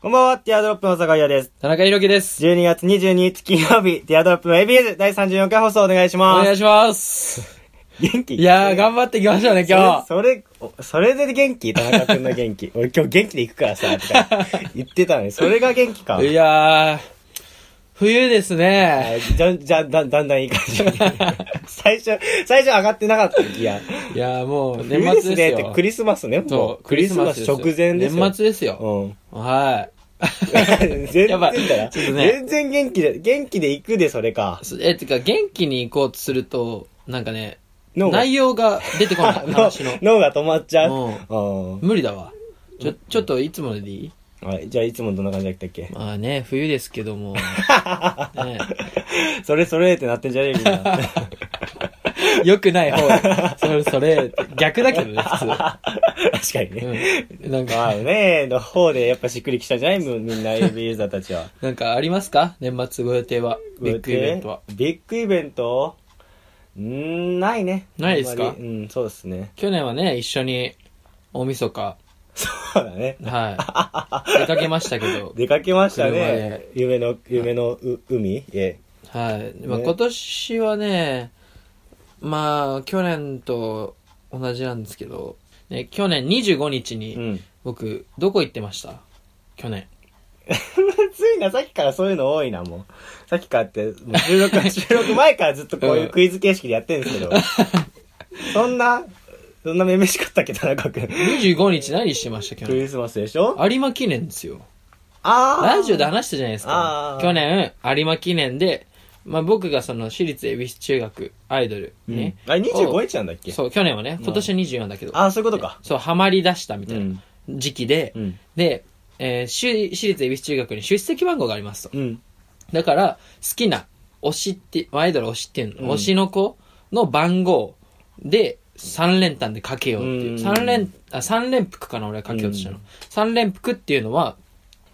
こんばんは、ティアドロップの坂井です。田中裕樹です。 12月22日金曜日、ティアドロップの ABS 第34回放送お願いしおます。願いします。元気いやー、頑張っていきましょうね、今日。それ、それおそれで元気田中くんの元気。 俺今日元気で行くからさ、とか言ってたのに、それが元気か。いやー、冬ですね。じゃん、じゃん、だんだんだんいい感 じに。最初、最初上がってなかった気が。いやー、もう冬年末ねっですてよ。クリスマスね、も。そうクリスマス直前ですよ。年末ですよ。うん。 は全然だやばいよちょっとね全然元気で、元気で行くで、それかい。。す え、てか、元気に行こうとすると、なんかね、脳が内容が出て こない、脳話の。脳が止まっちゃう。うんうん無理だわ。ちょ、ちょっといつものでいいはい、じゃあいつもどんな感じだったっけまあね、冬ですけ ども。ねそれそれってなってんじゃねえみん な。良くない方。それ、それ、逆だけどね、普 確かに通。ね。うん。なんまかあ、ね、の方でやっぱしっくりきたんじゃないみんな AB ユーザーたちは。なんかありますか年末ご予定は。 ビッグイベントは。。 ビッグイベントんーないね。ないですかあんまりうん、そうですね。 去年はね、一緒に大晦日、そうだね。 はい。出かけましたけど、出かけました車ねで。夢の、夢のう海えはい。まあ、ね今年はね、まあ、去年と同じなんですけど、ね、去年25日え。に、うん。僕、どこ行ってました去年。ついな、さっきからそういうの多いな、もう。さっきからって、もう収 録、収録前からずっとこういうクイズ形式でやってるんですけど。そんな、そんなめめしかったっけ、田中君。 25日何してました去ク年。リスマスでしょ有馬記念ですよ。あーラジオで話したじゃないですあかー。去年、有馬記念で、まあ、僕がその、私立恵比寿中学アイドル、うんね。あれ25日なんだっけそう、去年はね、今年は24だけど。ああ、そういうことか。そう、ハマり出したみたいうんな時期で、うん。で、えー私私立恵比寿中学に出席番号がありますと。うん。だから、好きな推しって、アイドル推しっていうの、うん推しの子の番号で3連単でかけようっていうう。ん三連、あ、三連服かな、俺はかけようとしたうの。三連服っていうのは、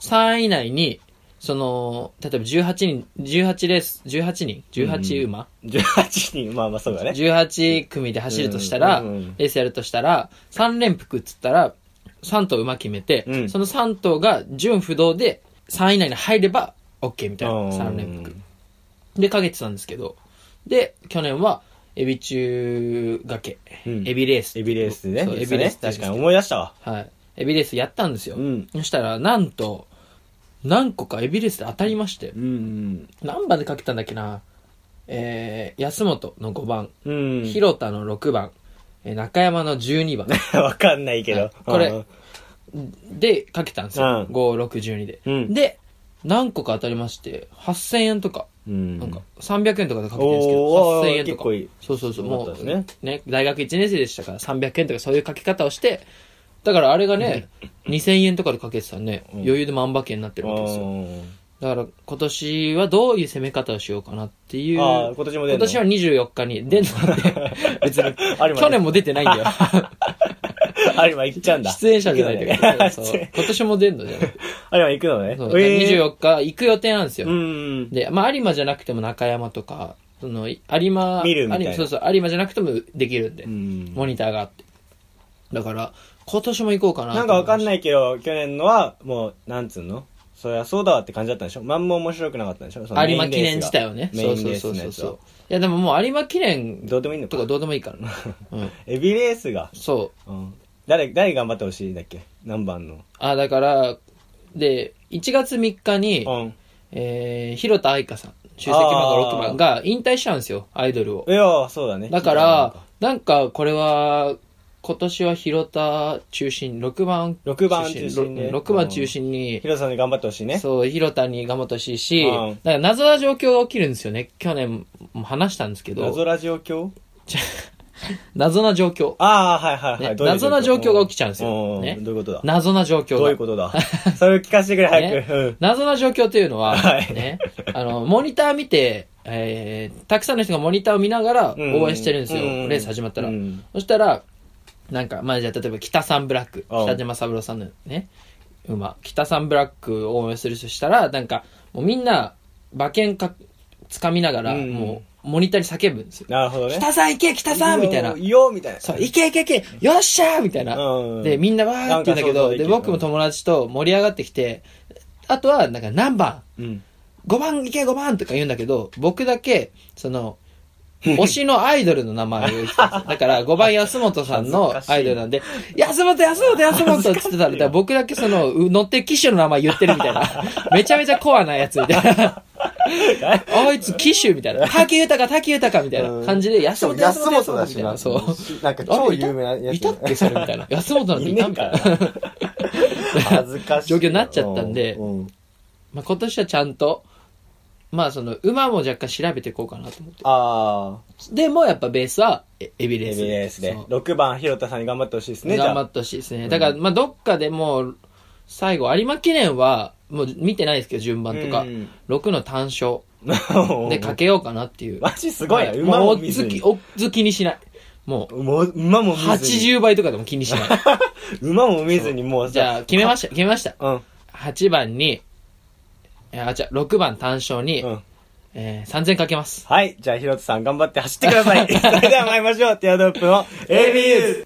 3以内に、その、例えば18人、18レース、18人 ?18 馬、 18人、まあまあそうだね。 18組で走るとしたら、うんうんうんレースやるとしたら、3連服っつったら、3頭馬決めて、うんその3頭が順不動で3位以内に入れば OK みたいな、うん3連服。で、かけてたんですけど、で、去年は、エビ中掛け、うんエビレース。エビレースでね。そうエビレースってあ確かるんですけどに思い出したわ。はい。エビレースやったんですよ。うんそしたら、なんと、何個かエビレースで当たりまして、うん。何番でかけたんだっけな、えー、安本の5番、うん。広田の6番、えー中山の12番 わかんないけはどい。これうんでかけたんですよ。うん5612で、うんで、何個か当たりまして、8000円とか、うん。なんか300円とかでかけてるんですけおど、ー8000円と結か構いい。そうそうそう、よかもったでうすねね大学1年生でしたから300円とかそういうかけ方をして、だからあれがね、2000円とかでかけてたんで、うん余裕で万馬券になってるわけですよ。だから今年はどういう攻め方をしようかなっていう。ああ、今年も出る今の年は24日に出る のって、 別に。あれもね去年も出てないんだよ。あれは行っちゃうんだ。出演者じゃないんだけ ど、そうそう行くのね今年も出んのじゃなくてあれは行くのね。そうだからえ24日行く予定なんですーよ。うん。で、まあ、有馬じゃなくても中山とか、その、い有馬、見るみたいな有馬そうそう、有馬じゃなくてもできるんで、うんモニターがあって。だから、今年も行こうかな。なんかわかんい。ないけど、去年のは、もう、なんつうのそりゃそうだわって感じだったんでしょまんま面白くなかったんでしょその有馬記念自体はね。メそイうンそレうースそうのそやうつはそう。いや、でももう有馬記念どうでもいいのとかかどうでもい いから。うん。エビレースが。そう。うん。誰、誰頑張ってほしいんだっけ何番の。あ、だから、で、1月3日に、うん。えー、広田愛香さん、出席番号6あー番が引退しちゃうんですよ、アイドルをい。や、そうだね。だから、なんかこれは、今年は広田中心、6番六番中心ね6番中心に、ヒロさんに頑張ってほしいね。そう、広田に頑張ってほしいし、うんだから謎な状況が起きるんですよね。去年も話したんですけ謎ど、ラジオ教謎な状況。ああ、はいはいはい。ねどういう謎な状況が起きちゃうんですようねどういうことだ謎な状況どういうが。ことだそれを聞かせてくれ、早く。うん。謎な状況というのは、はいね、あの、モニター見て、えー、たくさんの人がモニターを見ながらうん応援してるんですよ、うんレース始まったら。うんそしたら、なんか、まあじゃあ例えば北三ブラック、うん北島三郎さんのね、馬、北三ブラックを応援するとしたら、なんか、もうみんな馬券か、掴みながら、うんもう、モニターに叫ぶんですよ。なるほどね。北さん行け北さんみたいな。よみたいな。そう、行け行け行けよっしゃーみたいな。うんで、みんなわーって言うんなんだけか想像ど、できで、る僕も友達と盛り上がってきて、あとは、なんか何番うん。 ?5 番行け5番とか言うんだけど、僕だけ、その、推しのアイドルの名前を言ってたんですよだから、5番安本さんのアイドルなんで、安本安本安本って言ってたら、 だから僕だけその、う乗ってる機種の名前言ってるみたいな。 めちゃめちゃコアなやつみた いな。あいつ機種みたいな。滝豊、滝豊みたいな感じで、安本安本安本みたいな。そう。なんか超有名なやつ。いたっけそれみたいな。安本なんていいねたえみたかいらな。恥ずかしい。状況になっちゃったんでううまあ今年はちゃんと、まあその、馬も若干調べていこうかなと思って。ああ、でもやっぱベースはエエビレーエス。ビレースでそう。 6番、広田さんに頑張ってほしいですね、じゃ頑張あ。ってほしいですね。だから、まあどっかでもう、最後、有馬記念は、もう見てないですけど、順番とかう。ん6の単勝でかマけようかなっていう。ジすごいな、は馬ももう、おっ見ずずき、に。おっず気にしない。ももう馬もう、見ずに。 80倍とかでも気に しない。馬も見ずにもうじゃあ、決めました、決めました。た。うん。 8番に、えーあ、じゃ6番単勝に、うんえー、3000かけます。はい。じゃあ、ひろとさん頑張って走ってください。それでは参りましょう。ティアドロップの ABUs。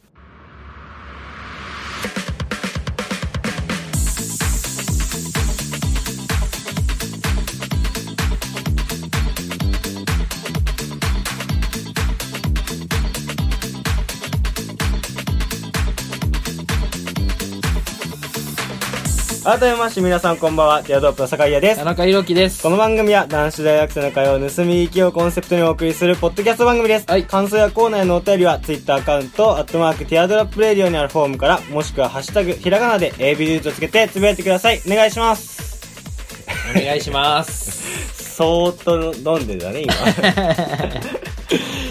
改めまして皆さんこんばんは、ティアドロップの坂井優です田。中裕樹です。この番組は男子大学生の会話を盗み行きをコンセプトにお送りするポッドキャスト番組です。はい感想やコーナーへのお便りは Twitter アカウント、アットマークティアドラップレディオにあるフォームから、もしくはハッシュタグ、ひらがなで ABU とつけてつぶやいてください。お願いし ます。お願いします。そーっと飲んでたね、今。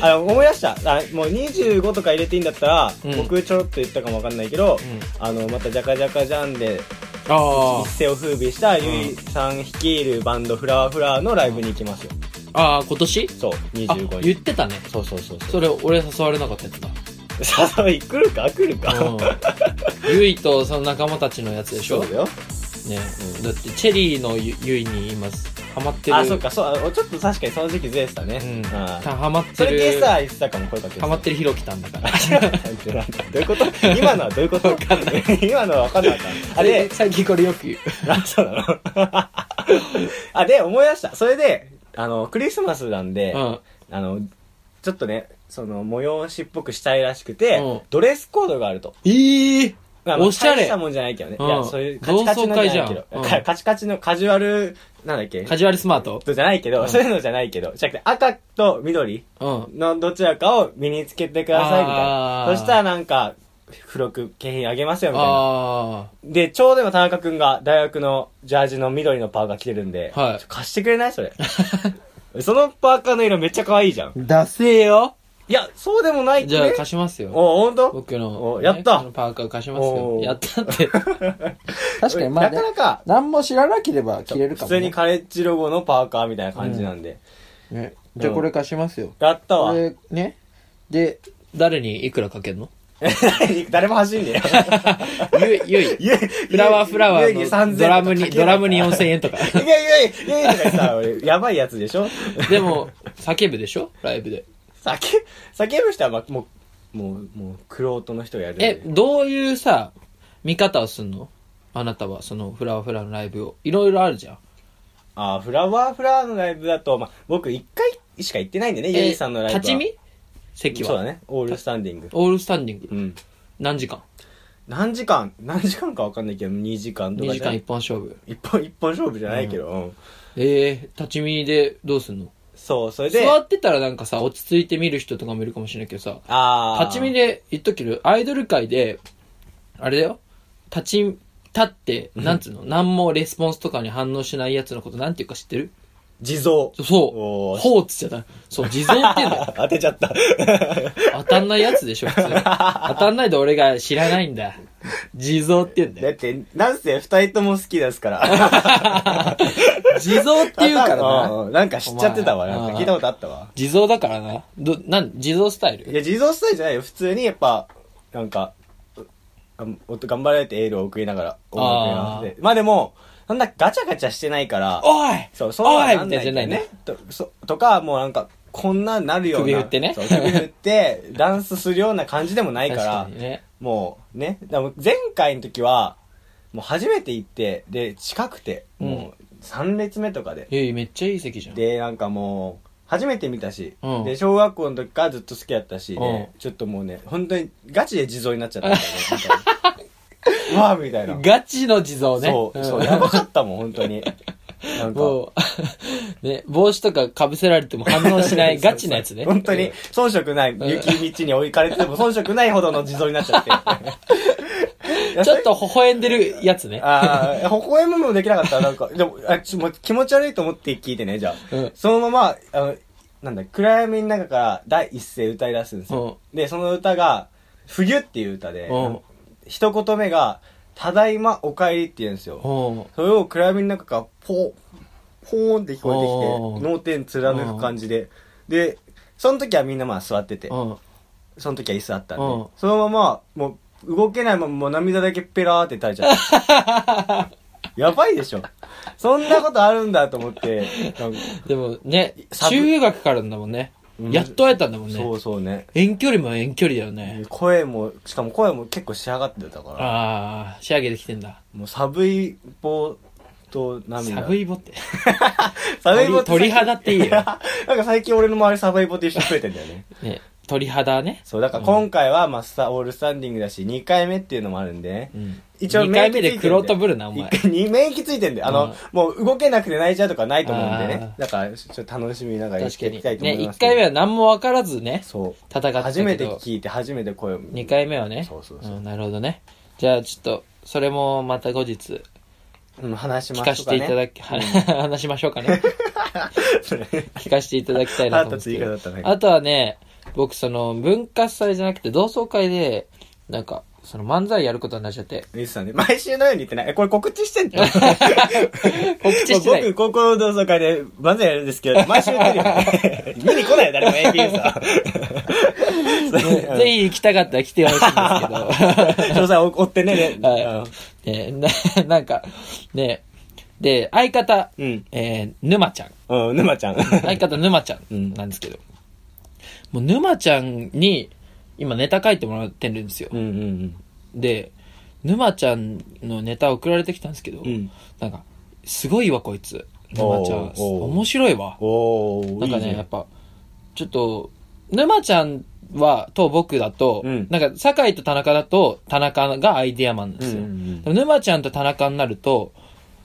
あの、思い出した。あもう25とか入れていいんだったら、うん僕ちょろっと言ったかもわかんないけど、うんあの、またジャカジャカジャンであ一世を風靡したゆいさん率いるバンドフラワーフラワーのライブに行きますよ。あ。ああ、今年そう、あ、 25言日。ってたね。そうそうそうそう。それ、俺誘われなかったやつ だ。誘い来るか来るか。うん。ゆいとその仲間たちのやつでしょそうだよ。ね、うんだって、チェリーのゆゆいに今、ハマってる。あ、そっか、そう、あちょっと確かにその時期ずれてたね。うん。あーたハマってる。それでさ、言ってたかも、声かけハマってるひろきたんだから。てなんてなんて どういうこと今のはどういうこと。わかんない今のはわかんなかった。あ、 で、最近これよく言う。あ、そうなの あ、で、思い出した。それで、あの、クリスマスなんで、うん。あの、ちょっとね、その、催しっぽくしたいらしくて、うんドレスコードがあると。ええまあおしゃれ大したもんじゃないけどね。うんいや、そういうカチカチのじゃないけど。同窓会じゃんうんかカチカチのカジュアル、なんだっけカジュアルスマートじゃないけど、うんそういうのじゃないけど、じゃなくて赤と緑うん。のどちらかを身につけてくださいみたいなあ。ーそしたらなんか、付録景品あげますよみたいな。あで、ちょうど今田中くんが大学のジャージの緑のパーカー着てるんで、はいちょ貸してくれないそれ。 そのパーカーの色めっちゃ可愛いじゃん。あ。ダセーよ。いや、そうでもないってじね。ゃあ貸しますよ。お、ほんと僕の、おやったねこのパーカー貸しますよお。ーやった って。確かにまあ、ねな、かなか、何も知らなければ着れる普かも、通ね。にカレッジロゴのパーカーみたいな感じなんで。ね、じゃあこれ貸しますよ。やったこわ。れ、ね。で、誰にいくらかけるの 誰も走んねゆい、ゆい。 えよ。フラワーフラワゆえにー3000のドラムに、とかドラ ムにかけ4000ない円とか。 いやいやいやいやいやとかさ、俺、やばいやつでしょでも、叫ぶでしょライブで。叫、叫ぶ人は、ま、もう、もう、もう、クロートの人がやるんえ、で。どういうさ、見方をすんのあなたは、その、フラワーフラワーのライブを。いろいろあるじゃん。あーフラワーフラワーのライブだと、ま、僕一回しか行ってないんでね、ゆいさんのライブは。立ち見席は。そうだね。オールスタンディング。オールスタンディング。うん。何時間何時間、何時間かわかんないけど、2時間と ?2 か時じゃ間ない一本勝負。一本、一本勝負じゃないけど、うんええ立ち見でどうすんのそう、それで、座ってたらなんかさ、落ち着いて見る人とかもいるかもしれないけどさ、ああ。立ち見で言っとくけど、アイドル界で、あれだよ、立ち、立って、なんつうの、何もレスポンスとかに反応しないやつのことなんていうか知ってる地蔵。そおう。ーほうっつっちゃった。そう、地蔵って言うん だよ。当てちゃった。当たんないやつでしょ、普通。当たんないで俺が知らないんだ。地蔵って言うんだだよ。って、なんせ二人とも好きですから。地蔵って言うからな。うんなんか知っちゃってたわ。お前なんか聞いたことあったわ。地蔵だからな。ど、なん、地蔵スタイいルや、地蔵スタイルじゃないよ。普通にやっぱ、なんか、あおっと頑張れってエールを送りながら、音楽やらせてまあでも、なんだ、ガチャガチャしてないから、おいそう、そうおはいなみんたないないじゃないね。とそとか、もうなんか、こんなんなるような。首振ってねそう首振って、ダンスするような感じでもないか 確らか、にね。もうね、だから前回の時は、もう初めて行って、で、近くて、うんもう3列目とかで。えめっちゃいい席じゃん。で、なんかもう、初めて見たし、うんで、小学校の時からずっと好きやったし、でうんちょっともうね、本当にガチで地蔵になっちゃったんだよねみたい な。うわあみたいな。ガチの地蔵ね。そう、そう、んやばかったもん、本当に。なんか。もう、 ね、帽子とか被せられても反応し ないガチなやつね。本当に、遜色ない、ん雪道に置かれてても遜色ないほどの地蔵になっち ゃって。うん。ちょっと微笑んでるやつね。ああ、微笑むもできなかった。なんか、でも、あちょもう気持ち悪いと思って聞いてね、じゃあ。うんそのまま、あの、なんだ、暗闇の中から第一声歌い出すんですよ。で、その歌が、冬っていう歌で、うん一言目が、ただいまお帰りって言うんですよ。うん。それを暗闇の中からポーン、ポーンって聞こえてきおて、脳天貫く感じで。で、その時はみんなまあ座ってて、うん。その時は椅子あったんうんで、そのまま、もう動けないままもう涙だけペラーって垂れちゃった。 やばいでしょ。そんなことあるんだと思 って、なんかでもね、サブ中学からなんだもんね。うんやっと会えたんだもんそね。うそうね。遠距離も遠距離だよね。声も、しかも声も結構仕上がってたから、ああ、仕上げてきてんだ。もう寒い棒と涙。サブイボって。寒い棒って鳥鳥肌っていいよなんか最近俺の周り寒い棒って一緒に増えてんだよね。ね、鳥肌ね。そう、だから今回は、まあ、スタ、オールスタンディングだし、2回目っていうのもあるんでね。うん。一応二免回疫目ついてんで黒とぶるな、お前。 2免疫ついてんで、あうんの、もう動けなくて泣いちゃうとかないと思うんでね。あだから、ちょっと楽しみながらやっ確かていに。きたいと思ね、いま一すけど。回目は何も分からずね、そ戦ってう。た初めけてど、聞いて、初めて声を。二回目はね。そうそうそうんなるほどね。じゃあ、ちょっと、それもまた後日、うん、話し聞まかしょせうかね。ていただき、話しましょうかね。 聞かせていただきたいなと思うんですけ腹ど立つ言い方だったね あとはね、僕、その、文化祭じゃなくて同窓会で、なんか、その漫才やることになっちゃ って、ゆうさんね、毎週のように言ってない。えこれ告知して んの告知してない。僕、高校の同窓会で漫才やるんですけど、毎週やってるよ ね。見に来ないよ、誰も APU さねぜひ行きたかったら来てほしいんですけど。ん。 詳細追ってね。 ねはいあのね、な、なんか、ね、で、相方、うんえー、沼ちゃん。うん、沼 ちゃん。相方沼ちゃんなんですけど。もう沼ちゃんに、今ネタ書いてもらってるんですよ。うんうんで、沼ちゃんのネタ送られてきたんですけど、うん。うん。なんか、すごいわこいつ。沼ちゃん、おーおー面白いわ。おー、なんかね、いいやっぱ、ちょっと、沼ちゃんは、と僕だと、うんなんか、酒井と田中だと、田中がアイデアマンなんですよ。うんうんうんでも沼ちゃんと田中になると、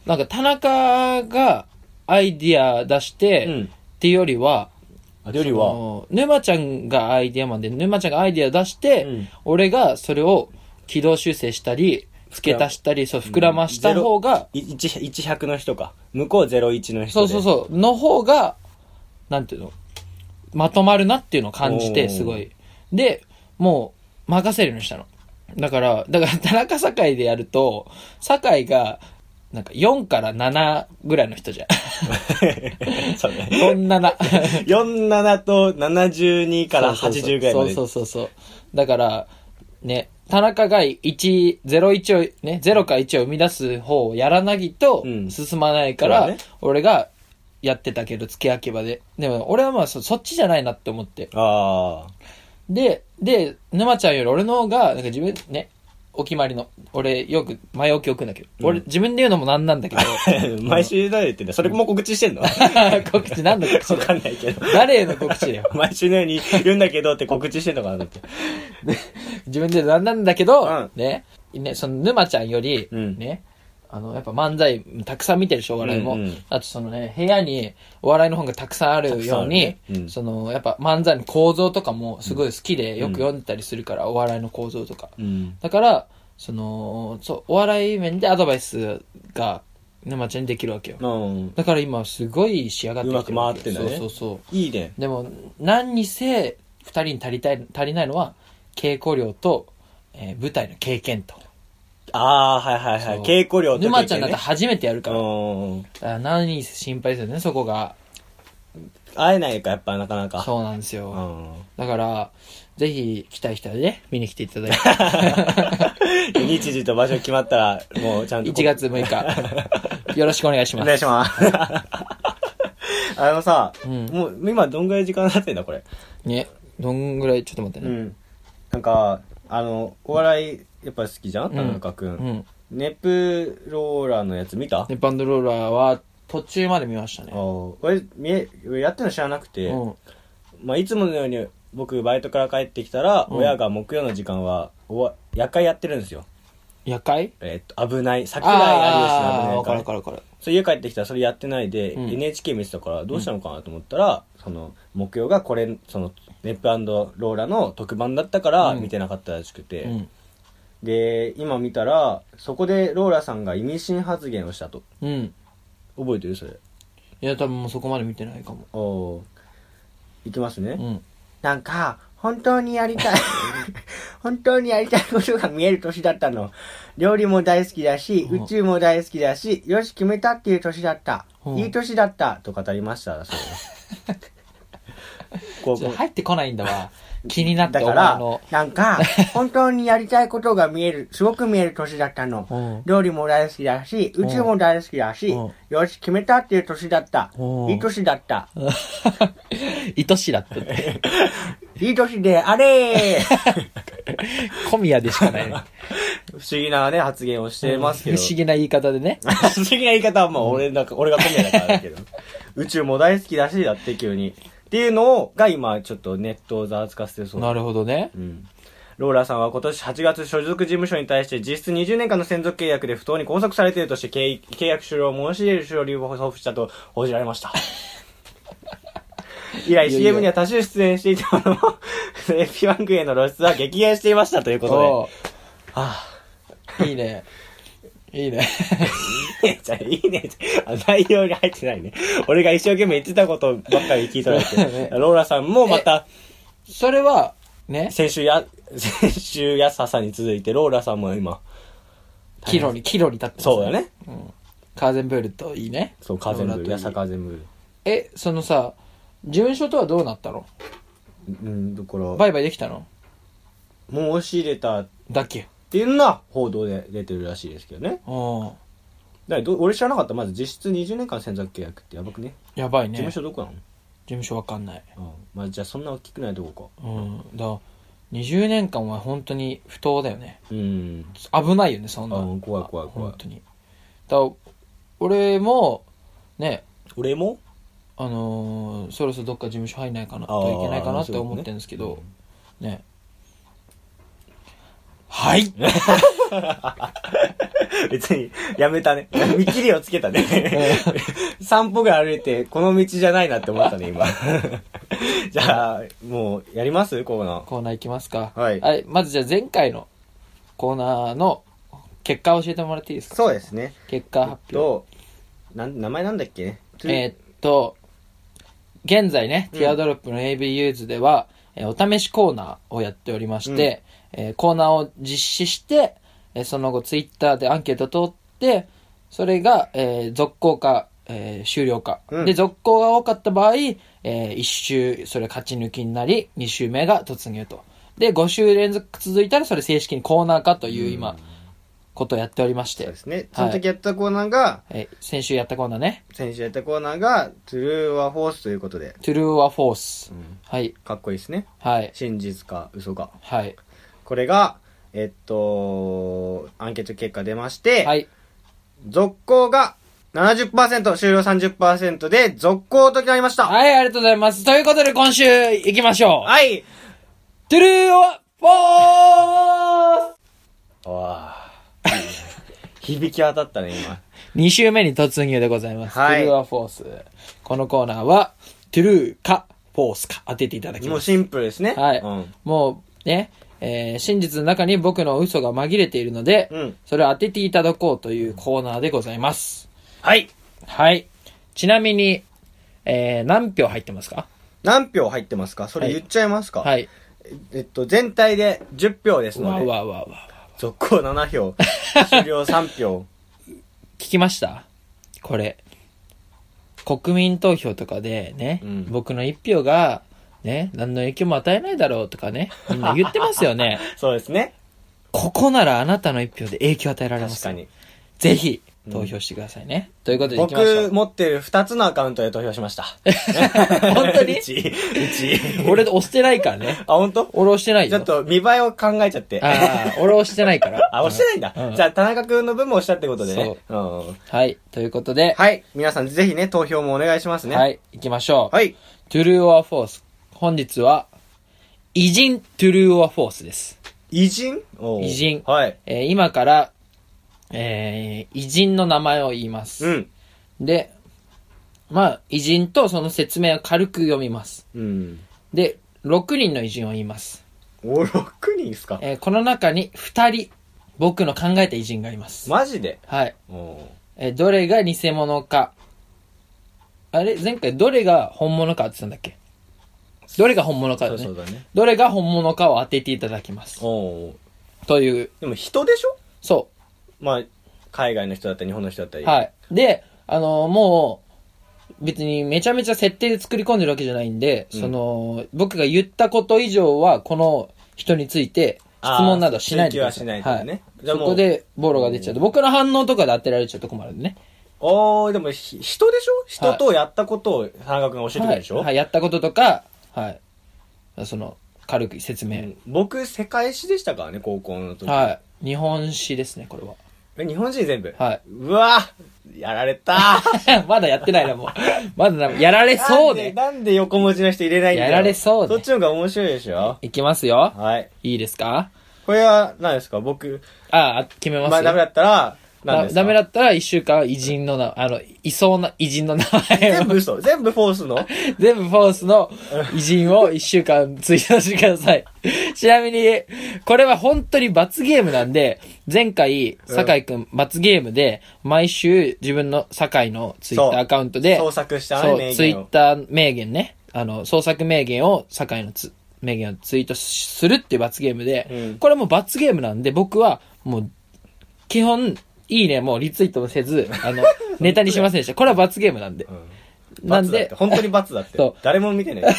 なんか田中がアイディア出して、うんっていうよりは、よりは、もう沼ちゃんがアイディアマンで、沼ちゃんがアイディア出して、うん俺がそれを軌道修正したり、付け足したり、そう、膨らました方が、い一一百の人か。向こう01の人そうで。そうそう、の方が、なんていうの、まとまるなっていうのを感じおて、ーすごい。で、もう、任せるようにしたの。だから、だから、田中酒井でやると、酒井が、なんか4から7ぐらいの 人じゃん。う。 そうね。 4、7。 47と72から80ぐらいまで。そうそうそうそうそうだからね田中が101をね0から1を生み出す方をやらなぎとうん進まないから、そうだね俺がやってたけど付け焼き場ででも俺はまあそそっちじゃないなって思ってあでで沼ちゃんより俺の方がなんか自分ねお決まりの俺よく前置き置くんだけど、俺自分で言うのもなんなんだ けどあ。毎週誰言ってんだ。それも告知してんの わ告知なんだ告知だよかんないけど。 誰への告知だよ毎週のように言うんだけどって告知してんのかなと思って。自分でなんなんだけど、うんね、ね、その沼ちゃんより、うんね、あの、やっぱ漫才たくさん見てるし、お笑いも。うんうんあとそのね、部屋にお笑いの本がたくさんあるようたにくさんあ、るねうんその、やっぱ漫才の構造とかもすごい好きで、よく読んでたりするから、お笑いの構造とか。うん。だから、その、そう、お笑い面でアドバイスが沼ちゃんにできるわけよ。うん。だから今、すごい仕上がってきてるうまくわけよ回ってんだねそうそうそう。いいね。でも、何にせ、二人に足りたい、足りないのは、稽古量と、えー舞台の経験と。ああ、はいはいはい。そう稽古量と経験ね沼ちゃんだって初めてやるから。だうん。から何にせ心配ですよね、そこが。会えないか、やっぱなかなか。そうなんですうよ。ん。だから、ぜひ、来たい人はね、見に来ていただ いて。日時と場所決まったら、もうちゃんと。 1月6日。よろしくお願いしおます願い。します。あのさ、うんもう今どんぐらい時間経ってんだ、これ。ね、どんぐらい、ちょっと待ってうね。ん。なんか、あの、お笑い、やっぱ好きじゃんうん田中く。うんん。ネプローラーのやつ見たで、バンドローラーは途中まで見ましたね。お俺見え俺やってるの知らなくて、うん。まあ、いつものように僕バイトから帰ってきたら、うん親が木曜の時間はおわ夜会やってるんですよ夜会えっと危ない桜井有吉の危ああー、ないわかかるらわかるわかる。そう家帰ってきたらそれやってないで、うん NHK 見てたからどうしたのかなと思ったら、その木曜がこれそのネップローラの特番だったからうん見てなかったらしくて、うん。で今見たらそこでローラさんが意味深発言をしたとうん。覚えてるそれいや、多分もうそこまで見てないかも。おおーいきますね、うん。なんか、本当にやりたい、 本当にやりたいことが見える年だったの。料理も大好きだし、うん宇宙も大好きだし、よし、決めたっていう年だった。うんいい年だった、と語りました。 そうこうちこょうっと 入ってこないんだ わ。気になって、だかお前らの。、なんか、本当にやりたいことが見える、すごく見える年だったの。うん。料理も大好きだし、宇宙も大好きだし、うんよし、決めたっていう年だった。うんいい年だった。 愛しだったって。いい年であれー小宮でしかないね。不思議なね、発言をしてますけど。不思議な言い方でね。不思議な言い方はまあ俺なんか、俺が小宮だからだけど。 宇宙も大好きだし、だって急に。っていうのを、が今ちょっとネットをざわつかせてそう。なるほどね。うん。ローラさんは今年8月所属事務所に対して実質20年間の専属契約で不当に拘束されているとして契契約終了を申し入れる書類を送付したと報じられま した。以来いよいよ CM には多数出演していたもの も、エピ番組への露出は激減していましたということで。おはういいね。いいね。 いいねじゃんいいねじゃんあ内容に入ってないね。俺が一生懸命言ってたことばっかり聞いとられて そうだね。ローラさんもまた、それは、ね、先週や、 先週やささんに続いて、ローラさんも今、キロに、キロに立ってますそうだね。カーゼンブールといいね。そう、カーゼンブローラル、といいやさカーゼンブル。え、そのさ、事務所とはどうなったのうん、だから、売買できたの申し入れたっだっけていうのは報道で出てるらしいですけどね。うん。だからど俺知らなかった。まず実質20年間専属契約ってやばくね。やばい事ね。務事所どこなの務所わかんない。ああまあじゃあそんな大きくないとこか。うん。だから20年間は本当に不当だよね。うん。危ないよね、そんあな。あ怖い怖い怖い本。当に。だから俺も、ね、俺もあのーそろそろどっか事務所入んないかなあーといけないかなって思ってるんですけそういどうこねはい 別に、やめたね。見切りをつけたね。散歩が歩いて、この道じゃないなって思ったね、今。 じゃあ、もう、やりますコーナー。コーナーいきますかはいまずじゃあ前回のコーナーの結果を教えてもらっていいですかそうですね。結果発と、表なん、名前なんだっけね。えーっと現在ね、うんティアドロップの AB ユーズでは、えーお試しコーナーをやっておりまして、えーコーナーを実施して、えーその後ツイッターでアンケートを取って、それが、えー続行か、えー終了か、うんで、続行が多かった場合、え1周、それ勝ち抜きになり、2周目が突入と。で、5週連続続いたら、それ正式にコーナー化という今、ことをやっておりましそうてで、すね。その時やったコーナーが、えー先週やったコーナーね、先週やったコーナーが、トゥルーはフォースということで。トゥルーはフォース。んはい、かっこいいですね。はい、真実か嘘か。はい。これが、えっと、アンケート結果出まして、はい。続行が70%、終了30%で続行となりました。はい、ありがとうございます。ということで今週行きましょう。はい。トゥルーオフォーわ 響き渡ったね、今。ス !2 週目に突入でございます。はいトゥルーオフォース。このコーナーは、トゥルーか、フォースか当てていただきもまうす。シンプルですね。はい。うん。もう、ね、えー真実の中に僕の嘘が紛れているので、うんそれを当てていただこうというコーナーでございます。はい。はい。ちなみに、えー何票入ってますか何票入ってますかそれ言っちゃいますか、はい。えっと、全体で10票ですうわのうで、わうわうわ。続行7票、終了3票。 聞きましたこれ。国民投票とかでね、うん僕の一票が、ね、何の影響も与えないだろうとかね、みんな言ってます よね。そうですね。ここならあなたの一票で影響与えられま確す。かに。ぜひ、投票してくださいね。ということで行きましょ僕う。持ってる2つのアカウントで投票しました。 本 当にうち、うち。俺押してないからね。あ、本当？俺押してないちょよ。っと見栄えを考えちゃって。ああ、俺押してないから。 あ、押してないんだ。うんじゃあ、田中君の分も押したってことでね。うんはい。ということで、はい。皆さん、ぜひね、投票もお願いしますね。はい。行きましょう。はい。トゥルーオアフォース。本日は、偉人トゥルーオアフォースです。偉人おう偉人はい。えー今から、えー偉人の名前を言います。うん。で、まあ、偉人とその説明を軽く読みます。うん。で、6人の偉人を言います。お、6人ですかえーこの中に2人、僕の考えた偉人がいます。マジではい。おうえーどれが偽物か。あれ前回どれが本物かって言ったんだっけどれが本物かそだうそうね。だね。どれが本物かを当てていただきます。おうという、でも人でしょそまあ、海外の人だったり、日本の人だったう。り。はい。で、あのーもう、別にめちゃめちゃ設定で作り込んでるわけじゃないんで、うんその、僕が言ったこと以上は、この人について、質あー問などしない追求でくだはさしい。ないでね。じゃそあもうこで、ボロが出ちゃうと、僕の反応とかで当てられちゃうと困るんでね。おー、でもひ人でしょ人とやったことを田中君が教えてくれはるいでしょ、はい、やったこととか、はい。その、軽く説う明ん。僕、世界史でしたからね、高校の時。はい。日本史ですね、これは。 え日本人全部。はいうわーやられたまだやってないな、もう。 まだな、やられそうね。なんでなんで横文字の人入れないんだよやられそうねそっちの方が面白いでしょいきますよ。はい。いいですかこれは、何ですか僕、ああ、決めます。まあダメだったら、何だですかダメだったら、一週間は偉人の名、あの、いそうな偉人の名前全を、部嘘。全部フォースの 全部フォースの偉人を一週間ツイートしてください。 ちなみに、これは本当に罰ゲームなんで、前回、酒井くん罰ゲームで、毎週自分の酒井のツイッターアカウントで、創作したね、そう、名ツイ言ッを。ター名言ね。あの、創作名言を、酒井のつ名言をツイートしするっていう罰ゲームで、うんこれもう罰ゲームなんで、僕は、もう、基本、いいねもリツイートもせ ず、あの、ネタにしませんでした。これは罰ゲームなんで。うんなんで罰だって本当に罰だっそうて。誰も見てない。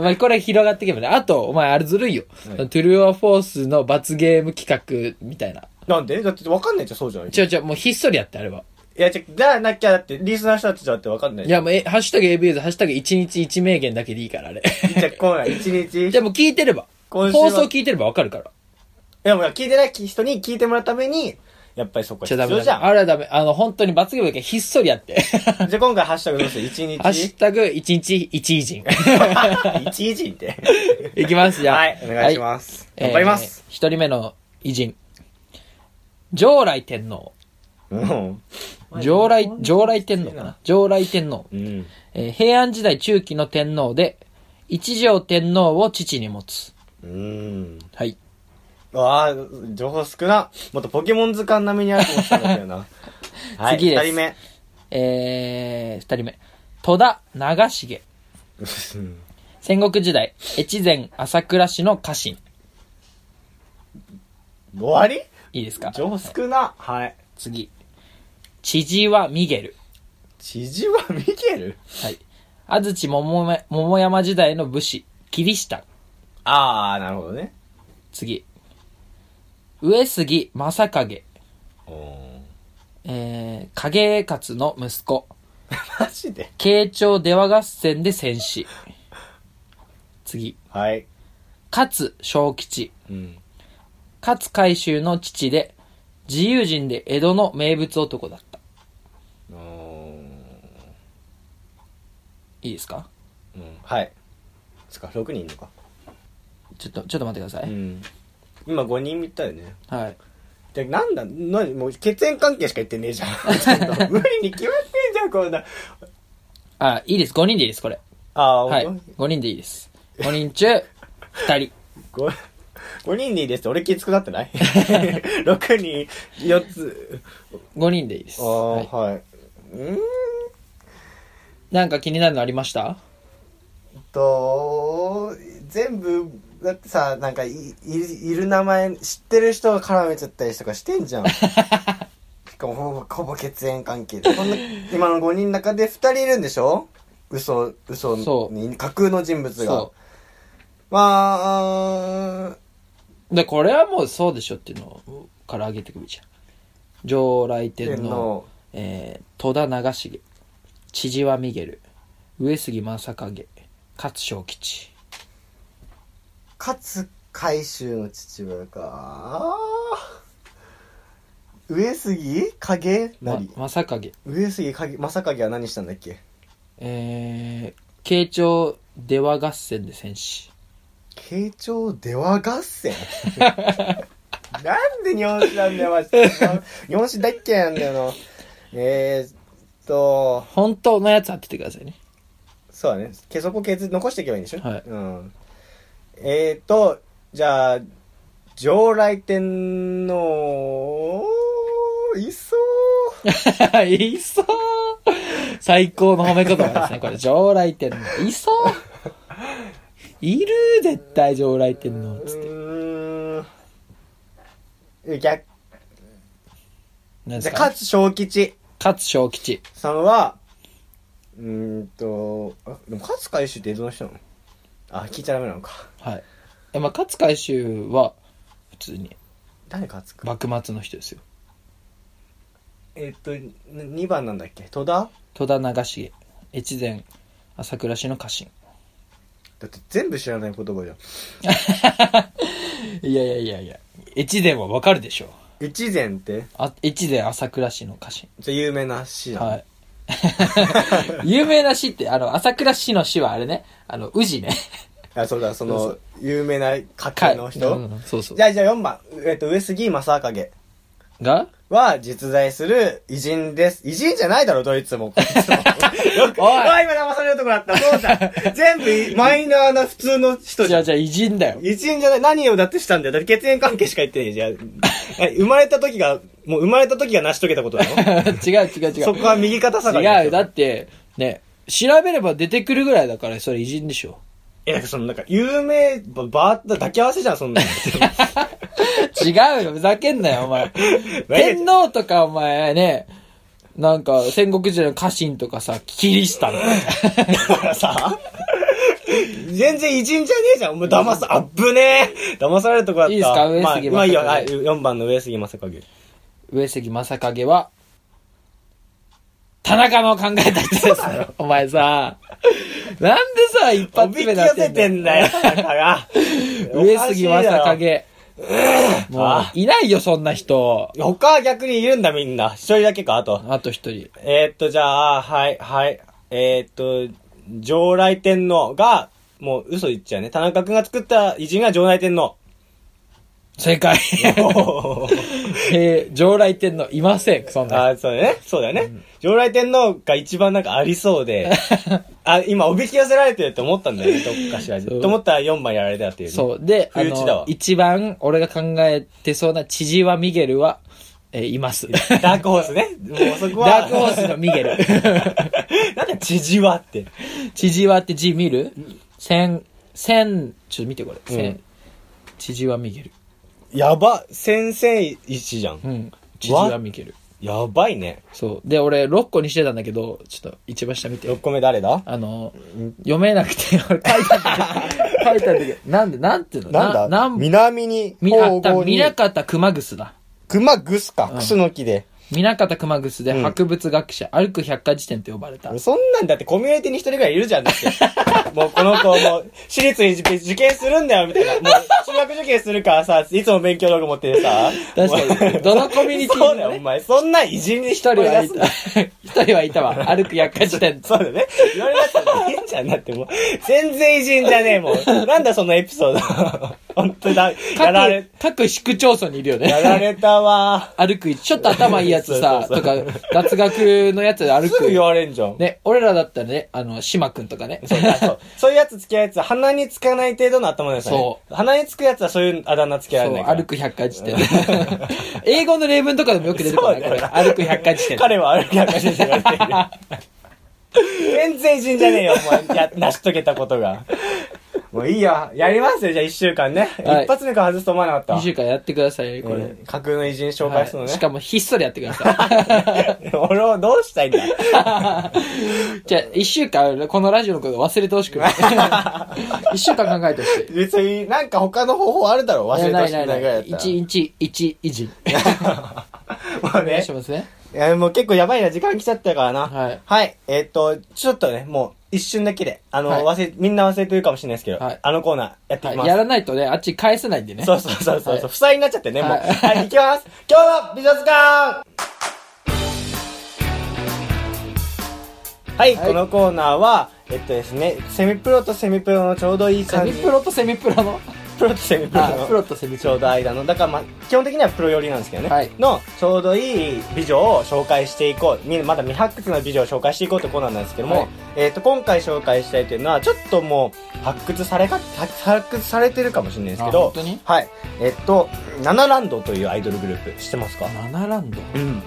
まあ、これ広がっていけばね。あと、お前、あれずるいよ。はいトゥルーアフォースの罰ゲーム企画みたいな。なんでだって分かんないじゃん、そうじゃない。いちょちょ、もうひっそりやって、あれは。や、違うじゃあなきゃだって、リスナーの人たちだって分かんないいじゃん。や、もう、え、ハッシュタグ ABS、ハッシュタグ1日1名言だけでい いから、あれ。じゃあ、今夜、一日。じゃあもう聞いてれば。放今週は送聞いてればわかるから。いや、もう聞いてない人に聞いてもらうために、やっぱりそこはち必ゃダメ要だじゃん。あれはダメ。あの、本当に罰ゲームだけどひっそりやって。じゃあ今回ハッシュタグどうする 一ハッシ日ュタグ、一日一 偉人。一日って。いきます、じゃあ。はい、お願いしはます。い頑張ります。。えー一、人目の偉人。上来天皇。うん。上来、上来天皇かな。上来天皇。うん。えー平安時代中期の天皇で、一条天皇を父に持つ。うん。はい。わあ、情報少な。もっとポケモン図鑑並みにあると思ったんだけど な。はい、次です二人目。えー、二人目。戸田長重。 うん戦国時代、越前朝倉氏の家臣。終わりいいですか情報少な。はい。次。千々和ミゲル。千々は見てるはい。安土桃山桃山時代の武士、霧下。ああ、なるほどね。次。上杉正景。おえー、影勝の息子。マジで慶長出羽合戦で戦死。次。はい。勝小吉。うん。勝海舟の父で、自由人で江戸の名物男だった。おいいですかうん。はい。つか、6人いるのか。ちょっと、ちょっと待ってくださうい。ん。今5人見たよね。はい。じゃ、なんだ、なに、もう血縁関係しか言ってねえじゃん。ちょっと無理に決まってんじゃん、こんな。あ、いいです。5人でいいです、これ。ああ、はい。ほんと5人でいいです。5人中、2人。ご5人でいいですって俺きつくなってない ?6 人、4つ。 5人でいいです。ああ、はいはい。うーんなんか気になるのありましたと、全部、だってさ、なんかい、いいる名前、知ってる人が絡めちゃったりとかしてん じゃん。しかもほぼ、ほぼ血縁関係で。こんな、今の5人の中で2人いるんでしょ嘘、嘘そに、架空の人物がそ。まあ、う。で、これはもうそうでしょっていうのから上げてくるじゃん。常来天皇天皇えー戸田長重千々和ミゲル上杉正景勝正吉勝海舟の父親か上杉影ま成、正景上杉影正影は何したんだっけえー、慶長出羽合戦で戦死慶長出羽合戦 なんで日本史なんだよマジで日本史大っ嫌いなんだよなえー、っと本当のやつ当ててくださいね そうだね。けそこ削り残していけばいいんでしょはいうん。えーと、じゃあ、常来天皇、いそういそう最高の褒め言葉ですね。これ、常来天皇。いそういる絶対常来天皇うつって。 ーん。え逆、何でじすゃあ、か勝小吉勝正吉。さんは、うーんと、あでも勝海舟ってどの人なのあ、聞いちゃダメなのか。はい。え、まあ、勝海舟は、普通に、誰勝つか。幕末の人ですよ。えーっと、2番なんだっけ戸田戸田長重、越前、朝倉氏の家臣。だって全部知らない言葉じゃん。いやいやいやいや、越前はわかるでしょう。越前って、あ越前朝倉氏の家臣。じゃあ有名な詩なのはい。 有名な詩って、あの、朝倉氏の詩はあれね、あの、宇 治ね。あ、そうだ、そそのう、有名な家系の人。うんうんそうそうじ。ゃあ、じゃあ4番。えっと、上杉正景がは実在する偉人です。偉人じゃないだろ、ドイツも。こいつ もよく、おいあ今騙されるとこだった。そう だ。全部、マイナーな普通の人じじゃゃあん。じゃあ偉人だよ。偉人じゃない。何をだってしたんだよ。だって血縁関係しか言ってないじゃん。え生まれた時が、もう生まれた時が成し遂げたことだ ろ 違う違う違。そうこは右肩下がり違う。だだって、ね、調べれば出てくるぐらいだから、それ偉人でしょ。え、なんかその、なんか、有名、ば、ば、抱き合わせじゃん、そん なの。違うよ、ふざけんなよ、お前。天皇とか、お前ね、なんか、戦国時代の家臣とかさ、キリシタ ンとかだからさ、全然偉人じゃねえじゃん。お前騙さ、あっぶねえ。騙されるとこだった。いいっすか上杉まあ、まあ、いいよ。正景はい、4番の上杉正景。上杉正景は、田中の考えた人ですよ。お前さ、なんでさ、一お発び目き寄だせてんだよ、だから。 上杉お正かしいだ景。もあう、いないよ、そんな人。ろ。他は逆にいるんだ、みんな。一人だけか、あと。あと一人。えー、っと、じゃあ、はい、はい。えー、っと、常来天皇が、もう嘘言っちゃうね。田中君が作った偉人が常来天 皇。正解。 おーえー、常来天皇いません、そんなあーそうだね。そうだよね。常来天皇が一番なんかありそうで、あ、今おびき寄せられてると思ったんだよね、どっかしら。そうと思ったら4番やられたっていう、ね。そう。で、あ冬打ちだのわ、一番俺が考えてそうな千々和ミゲルは、えーいます。ダークホースね。もうそこは。 ダークホースのミゲル。 ス。 なんか、縮わって。千々和って字見る千、千、ちょっと見てこれ。う千ん、千々和ミゲル。やば、先生一じゃん。うん。千々和ミゲル。やばいね。そう。で、俺6個にしてたんだけど、ちょっと一番下見て6。個目誰だあの、読めなくて、 俺書いたんだけ ど、書いたんだけど、なんで、なんていうのなんだなん、み、南に、あ方った、向見にな、かった熊楠だ。熊ぐすか、クスの木で。見なかった熊楠で博物学者、歩く百科事典と呼ばれた。そんなんだってコミュニティに一人ぐらいいるじゃんだって。 もうこの子もう私立に受受験するんだよみたいな。もう中学受験するからさ、いつも勉強道具持っててさ。確か に。どのコミュニティそうだにもよ、おね、前。そんな偉人に一人はいた。一人はいたわ。歩く百科事典。そうだね。言われなくてもいいんじゃんだってもう。全然偉人じゃねえもん。なんだそのエピソード。 本当だ。 やられ各、、各市区町村にいるよやね。られたわ。歩く、ちょっと頭いいやつ さ、そうとそか、脱学のやつで歩すぐ言く。われんじゃん。ね、俺らだったらね、あの、島くんとかね。そうそうそういうやつ付き合うやつは鼻につかない程度の頭ですね。。そう鼻につくやつはそういうあだ名付けらそれう、ないから。歩く百科事 典。英語の例文とかでもよく出てこない、そこうだれ。よ歩く百科事典。彼は歩き明かしにされている。全然人じゃねえよ、もう。や、成し遂げたことが。もういいよ。やりますよ、じゃあ一週間ね。はい一発目から外すと思わなかったわ。 2週間やってくださいね、ここれ。れ、架空の偉人紹は介するのい、ねし。かも、ひっそりやってくださ俺をどうしたいんだ。い。 じゃあ、1週間、このラジオのこと忘れてほし くない。1週間考えてほしい。別になんか他の方法あるだろう。忘れてほしくないぐらいだったら。一日一維持。もうお願いねし。ますね。いや、もう結構やばいな、時間来ちゃったからな。はい。はい。えーっと、ちょっとね、もう一瞬だけで、あの、はい忘れ、みんな忘れてるかもしれないですけど、はいあのコーナーやっていきまはす。いやらないとね、あっち返せないんでね。そうそうそうそう、はい負債になっちゃってね、もう。ははいい、行きます今日の美術館はい、はいこのコーナーは、えっとですね、セミプロとセミプロのちょうどいいセ感ミじ。プロとセミプロの。プロとセミプロあ、プのロとセミプちょロう。ど間の、だからまあ、基本的にはプロ寄りなんですけどね、はいのちょうどいい美女を紹介していこう、みまだ未発掘の美女を紹介していこうってコーナーなんですけども、はいえっと、今回紹介したいというのは、ちょっともう、発掘されか、発掘されてるかもしれないですけあど本、当にはい。えっと、ナナランドというアイドルグループ、知ってますかナナランドうん。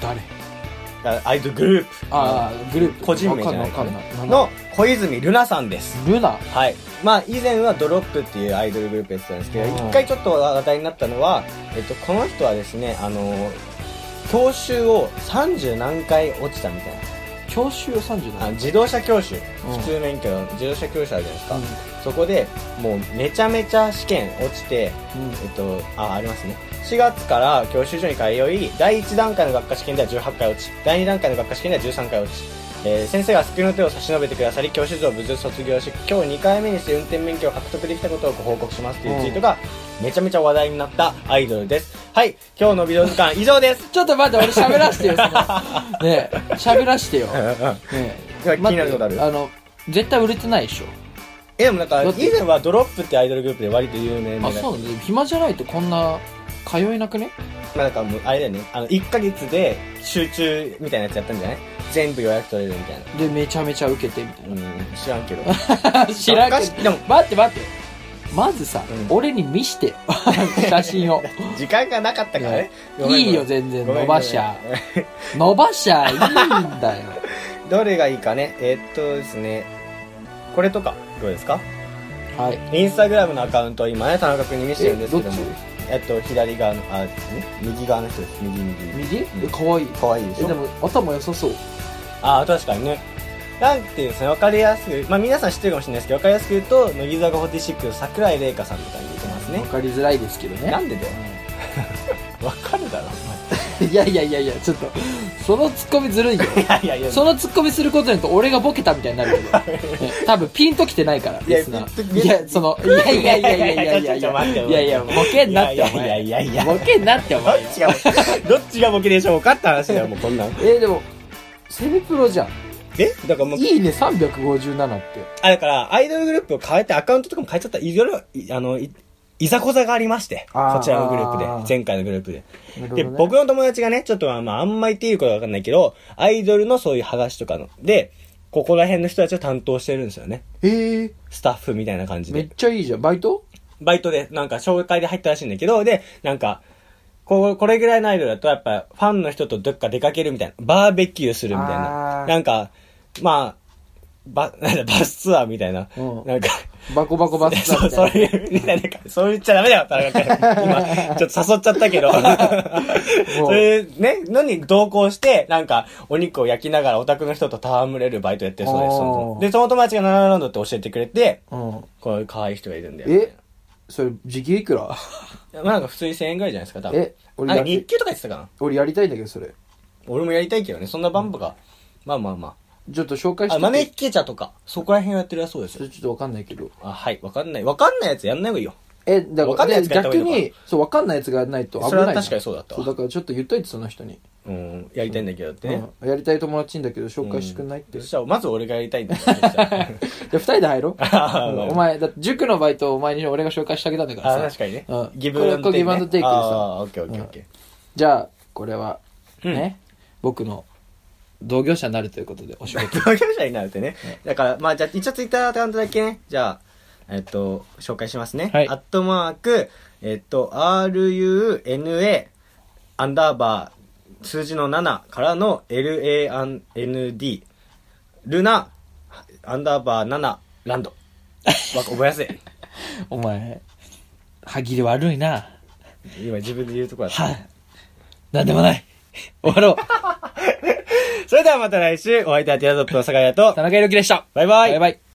誰アイドルグループ。ああ、グループ。個人名じゃないわかんないわかんない。の小泉ルナさんです。ルナ。はい。まあ、以前はドロップっていうアイドルグループやってたんですけど、うん一回ちょっと話題になったのは、えっと、この人はですね、あの、教習を30何回落ちたみたい教習を30な。あ代。自動車教習。うん普通免許の自動車教習あるじゃないですか。うんそこで、もうめちゃめちゃ試験落ちて、うんえっと、あ、ありますね。4月から教習所に通い、第1段階の学科試験では18回落ち、第2段階の学科試験では13回落ち、えー先生が救いの手を差し伸べてくださり、教習所を無事卒業し、今日2回目にして運転免許を獲得できたことをご報告しますというツイートが、めちゃめちゃ話題になったアイドルです。はい、今日のビデオ時間以上です。ちょっと待って、俺喋らしてよ、 その。ねえ、喋らしてよ。ねいやえ気になることある待ってあの、絶対売れてないでしょ。え、でもなんか、だって以前はドロップってアイドルグループで割と有名あ、な。そうなんだ。暇じゃないとこんな、通えなくねまあなんかもう、あれだよね、あの、1ヶ月で集中みたいなやつやったんじゃない全部予約取れるみたいな。で、めちゃめちゃ受けて、みたいな。うん、知らんけど。 知ら学んけ科試でもど。待って待って。まずさ、うん俺に 見してよ写真を。時間がなかったからね。ごめんいいごよ、めん全然。ごめん伸ばしゃ。伸ばしゃいいんだよ。どれがいいかね。えーっとですね。これとか、どうですかはい。インスタグラムのアカウントを今ね、田中君に見せてるんですけどもえどっ。えっと、左側の、あ、ですね。右側の人です。右、右。右えう、んかわいい。かわいいでしえ、でょも、頭良さそう。あー、確かにね。なんていうんですかね、わかりやすく、まあ皆さん知ってるかもしれないですけど、わかりやすく言うと、乃木坂46の桜井玲香さんとかに似てますわね。かりづらいですけどね。なんでだよ。 わかるだろ、いやいやいやいや、ちょっと、そのツッコミずるいよ。お前。いやいやいや、そのツッコミすることによって俺がボケたみたい になるけど、ね多分ピンときてないから、いやリスナピンとー。いや、その、いやいやいやいやいやいやいちょっと待ってや、いやいや、ボケんなってお前。いやいやいやいやボケんなっておどっ前。ちが、どっちがボケでしょうかって話だよ、もうこんなん。えーでも、セミプロじゃん。えだからもう、いいね、357って。あ、だから、アイドルグループを変えて、アカウントとかも変えちゃった、いろいろ、いあの、い、いざこざがありまして、あーこちらのグループであー、前回のグループで。なるほどで、ね僕の友達がね、ちょっとまあ、まあ、あんまり言っていいことはわかんないけど、アイドルのそういう剥がしとかの、で、ここら辺の人たちを担当してるんですよね。えー、スタッフみたいな感じめっで。ちゃいいじゃん。バイトバイトで、なんか、紹介で入ったらしいんだけど、で、なんか、こう、これぐらいのアイドルだと、やっぱ、ファンの人とどっか出かけるみたいな、バーベキューするみたいあな。ーなんか、まあ、バ、 なんだ、バスツアーみたいな。うんなんか、バコバコバスだそう、みそたういな。いう、みたいな、そう言っちゃダメだよ、田中君。 今、ちょっと誘っちゃったけど。そういう、ね、のに同行して、なんか、お肉を焼きながらオタクの人と戯れるバイトやってるそうですそおのー。で、その友達がナナランドって教えてくれて、うん。こういう可愛い人がいるんだよ。え、それ、時給いくら まあなんか普通に1000円ぐらいじゃないですか、多分。え俺あや日給とか言ってたかな俺やりたいんだけど、それ。俺もやりたいけどね、そんなバンプが。まあまあまちょっと紹介しあ。てあ、て。マネッケチャとか、そこら辺をやってるらそうですよ。それちょっとわかんないけど。あ、はい、わかんない。わかんないやつやんない方がいいよ。え、だわかかんないら、やつがやった逆方がいいのかに、そう、わかんないやつがやらないとそ危ないれな。は確かにそうだったそう、わ。だからちょっと言っといて、その人に。うん、やりたいんだけどってね。うんやりたい友達んだけど、紹介してくんないって。そしじたら、まず俺がやりたいんだよ。そしたらゃあ、二人で入ろう。 あうんまあお前、だって塾のバイトをお前に俺が紹介して あげたんだからあ、さ。確かにねうん。ギブアンドこれこれテギイブクアね。ンドテイクでさ。あーオッケーオッケーオッケじゃあ、これは、うんね、僕の同業者になるということで、お仕事。ー。同業者になるってね。だから、まあ、じゃあ、一応ツイッターアカウントだけね、じゃあ、えっと、紹介しますね。はいアットマーク、えっと、runa、アンダーバー、数字の7からの LAND、ルナ、アンダーバー7、ランド。わ覚えやすい。お前、歯切れ悪いな。今自分で言うとこだった。はい。なんでもない。終わろう。それではまた来週、お相手はティアドロップの酒屋と田、中裕樹でした。バイバイバイ。バイ。